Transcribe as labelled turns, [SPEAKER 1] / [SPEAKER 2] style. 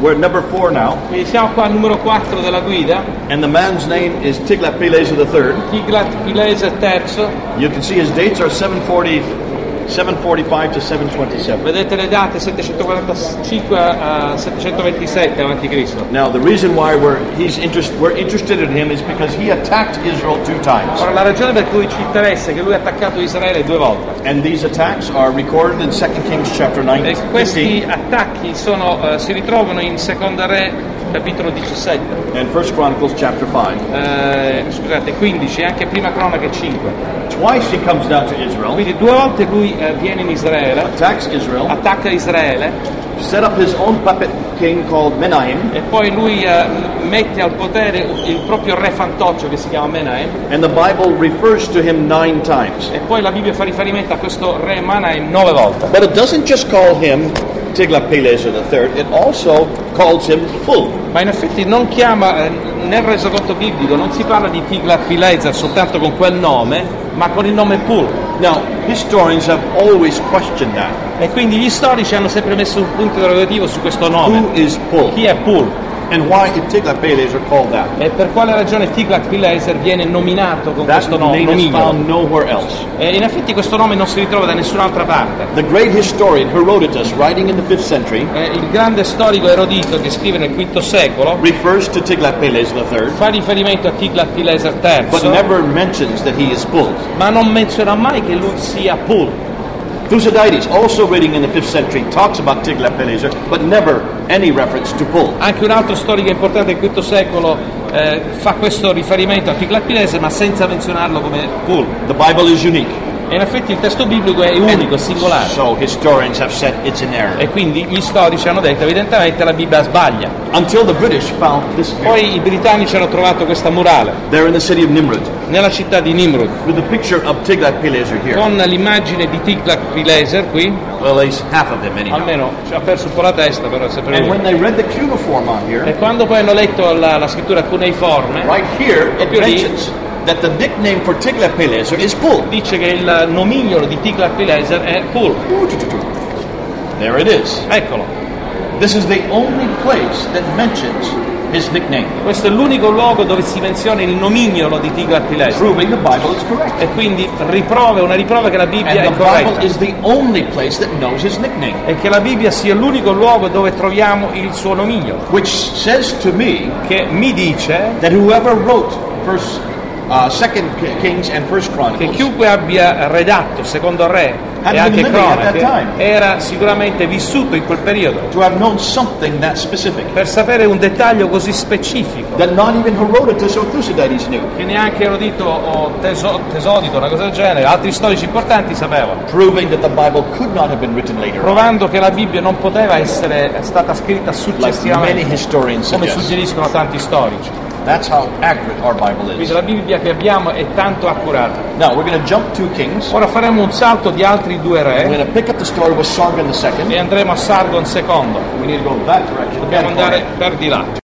[SPEAKER 1] We're at number four now,
[SPEAKER 2] E siamo qua al numero 4 della guida,
[SPEAKER 1] and the man's name is Tiglath-Pileser III.
[SPEAKER 2] Tiglat Pileser III.
[SPEAKER 1] You can see his dates are 740, 745 to 727.
[SPEAKER 2] Vedete le date 745 a 727 a.C.
[SPEAKER 1] Now, the reason why we're, he's interest, we're interested in him is because he attacked Israel two times.
[SPEAKER 2] Ora la ragione per cui ci interessa è che lui ha attaccato Israele due volte.
[SPEAKER 1] And these attacks are recorded in 2 Kings chapter 19.
[SPEAKER 2] E questi attacchi sono, eh, si ritrovano in Seconda Re capitolo 17,
[SPEAKER 1] and First Chronicles chapter 5.
[SPEAKER 2] eh, scusate 15 e anche prima cronaca 5.
[SPEAKER 1] Twice he comes down to Israel,
[SPEAKER 2] Quindi due volte lui eh, viene in Israele,
[SPEAKER 1] attacks Israel,
[SPEAKER 2] attacca Israele
[SPEAKER 1] set up his own puppet king called Menahem,
[SPEAKER 2] e poi lui eh, mette al potere il proprio re fantoccio che si chiama Menahem
[SPEAKER 1] and the Bible refers to him nine times.
[SPEAKER 2] e poi la Bibbia fa riferimento a questo re Menahem nove volte.
[SPEAKER 1] But it doesn't just call him Tiglath-Pileser III, it also calls him full.
[SPEAKER 2] Ma in effetti non chiama, eh, nel resoconto biblico non si parla di Tiglat Pileser soltanto con quel nome, ma con il nome Pur.
[SPEAKER 1] Now, historians have always questioned that.
[SPEAKER 2] E quindi gli storici hanno sempre messo un punto interrogativo su questo
[SPEAKER 1] Who
[SPEAKER 2] nome.
[SPEAKER 1] is full?
[SPEAKER 2] Chi è Pur?
[SPEAKER 1] And why is Tiglath-Pileser called that?
[SPEAKER 2] E per quale ragione Tiglat Pileser viene nominato con
[SPEAKER 1] That
[SPEAKER 2] questo nome?
[SPEAKER 1] name is
[SPEAKER 2] nomignolo?
[SPEAKER 1] found nowhere else.
[SPEAKER 2] E in effetti questo nome non si ritrova da nessun'altra parte.
[SPEAKER 1] The great historian Herodotus, writing in the 5th century,
[SPEAKER 2] Eh, il grande storico Erodito che scrive nel V secolo
[SPEAKER 1] refers to Tiglath-Pileser III,
[SPEAKER 2] fa riferimento a Tiglat Pileser III,
[SPEAKER 1] but never mentions that he is full.
[SPEAKER 2] ma non menziona mai che lui sia Pur.
[SPEAKER 1] Thucydides, also writing in the 5th century, talks about Tiglath-Pileser, but never any reference to Pul.
[SPEAKER 2] Anche un altro storico importante del V secolo eh, fa questo riferimento a Ticlapilese ma senza menzionarlo come
[SPEAKER 1] Pul. The Bible is unique.
[SPEAKER 2] E in effetti il testo biblico è unico, è singolare.
[SPEAKER 1] So historians have said it's an error.
[SPEAKER 2] E quindi gli storici hanno detto evidentemente la Bibbia sbaglia.
[SPEAKER 1] Until the British found this map.
[SPEAKER 2] Poi i britannici hanno trovato questa murale
[SPEAKER 1] They're in the city of Nimrud
[SPEAKER 2] nella città di Nimrud
[SPEAKER 1] with the picture of Tiglath-Pileser here.
[SPEAKER 2] con l'immagine di Ticlapileser qui,
[SPEAKER 1] Well, at least half of them anyhow.
[SPEAKER 2] almeno ci ha perso un po' la testa però è sempre
[SPEAKER 1] And
[SPEAKER 2] lui.
[SPEAKER 1] when they read the cuneiform on
[SPEAKER 2] E
[SPEAKER 1] here,
[SPEAKER 2] quando poi hanno letto la, la scrittura cuneiforme
[SPEAKER 1] right here it
[SPEAKER 2] You're right.
[SPEAKER 1] mentions that the nickname for Tiglath-Pileser is Pul.
[SPEAKER 2] dice che il nomignolo di Ticlapileser è Pur.
[SPEAKER 1] There it is.
[SPEAKER 2] Eccolo.
[SPEAKER 1] This is the only place that mentions his nickname,
[SPEAKER 2] Questo è l'unico luogo dove si menziona il nomignolo di Tiglat Pileser
[SPEAKER 1] proving the Bible is correct.
[SPEAKER 2] e quindi riprova, una riprova che la Bibbia
[SPEAKER 1] And
[SPEAKER 2] è
[SPEAKER 1] the Bible
[SPEAKER 2] corretta
[SPEAKER 1] is the only place that knows his nickname,
[SPEAKER 2] e che la Bibbia sia l'unico luogo dove troviamo il suo nomignolo,
[SPEAKER 1] which says to me
[SPEAKER 2] che mi dice
[SPEAKER 1] that whoever wrote First, uh, Second K- Kings and First
[SPEAKER 2] che
[SPEAKER 1] Chronicles
[SPEAKER 2] chiunque abbia redatto, secondo re
[SPEAKER 1] Had
[SPEAKER 2] e
[SPEAKER 1] been
[SPEAKER 2] anche
[SPEAKER 1] living at that
[SPEAKER 2] cronache,
[SPEAKER 1] time.
[SPEAKER 2] era sicuramente vissuto in quel periodo
[SPEAKER 1] to have known something that specific
[SPEAKER 2] per sapere un dettaglio così specifico
[SPEAKER 1] that not even Herodotus or Thucydides knew,
[SPEAKER 2] che neanche Erodito o Teso- Tesodito, una cosa del genere, altri storici importanti sapevano,
[SPEAKER 1] proving that the Bible could not have been written later, on,
[SPEAKER 2] provando che la Bibbia non poteva essere stata scritta
[SPEAKER 1] like
[SPEAKER 2] successivamente.
[SPEAKER 1] many historians
[SPEAKER 2] come
[SPEAKER 1] suggest.
[SPEAKER 2] suggeriscono tanti storici.
[SPEAKER 1] That's how accurate our Bible
[SPEAKER 2] Quindi
[SPEAKER 1] is.
[SPEAKER 2] la Bibbia che abbiamo è tanto accurata.
[SPEAKER 1] Now we're going to jump two kings.
[SPEAKER 2] Ora faremo un salto di altri due
[SPEAKER 1] We're
[SPEAKER 2] re
[SPEAKER 1] going to pick up the story with Sargon II.
[SPEAKER 2] e andremo a Sargon II.
[SPEAKER 1] We need to go that direction.
[SPEAKER 2] Dobbiamo andare per di là.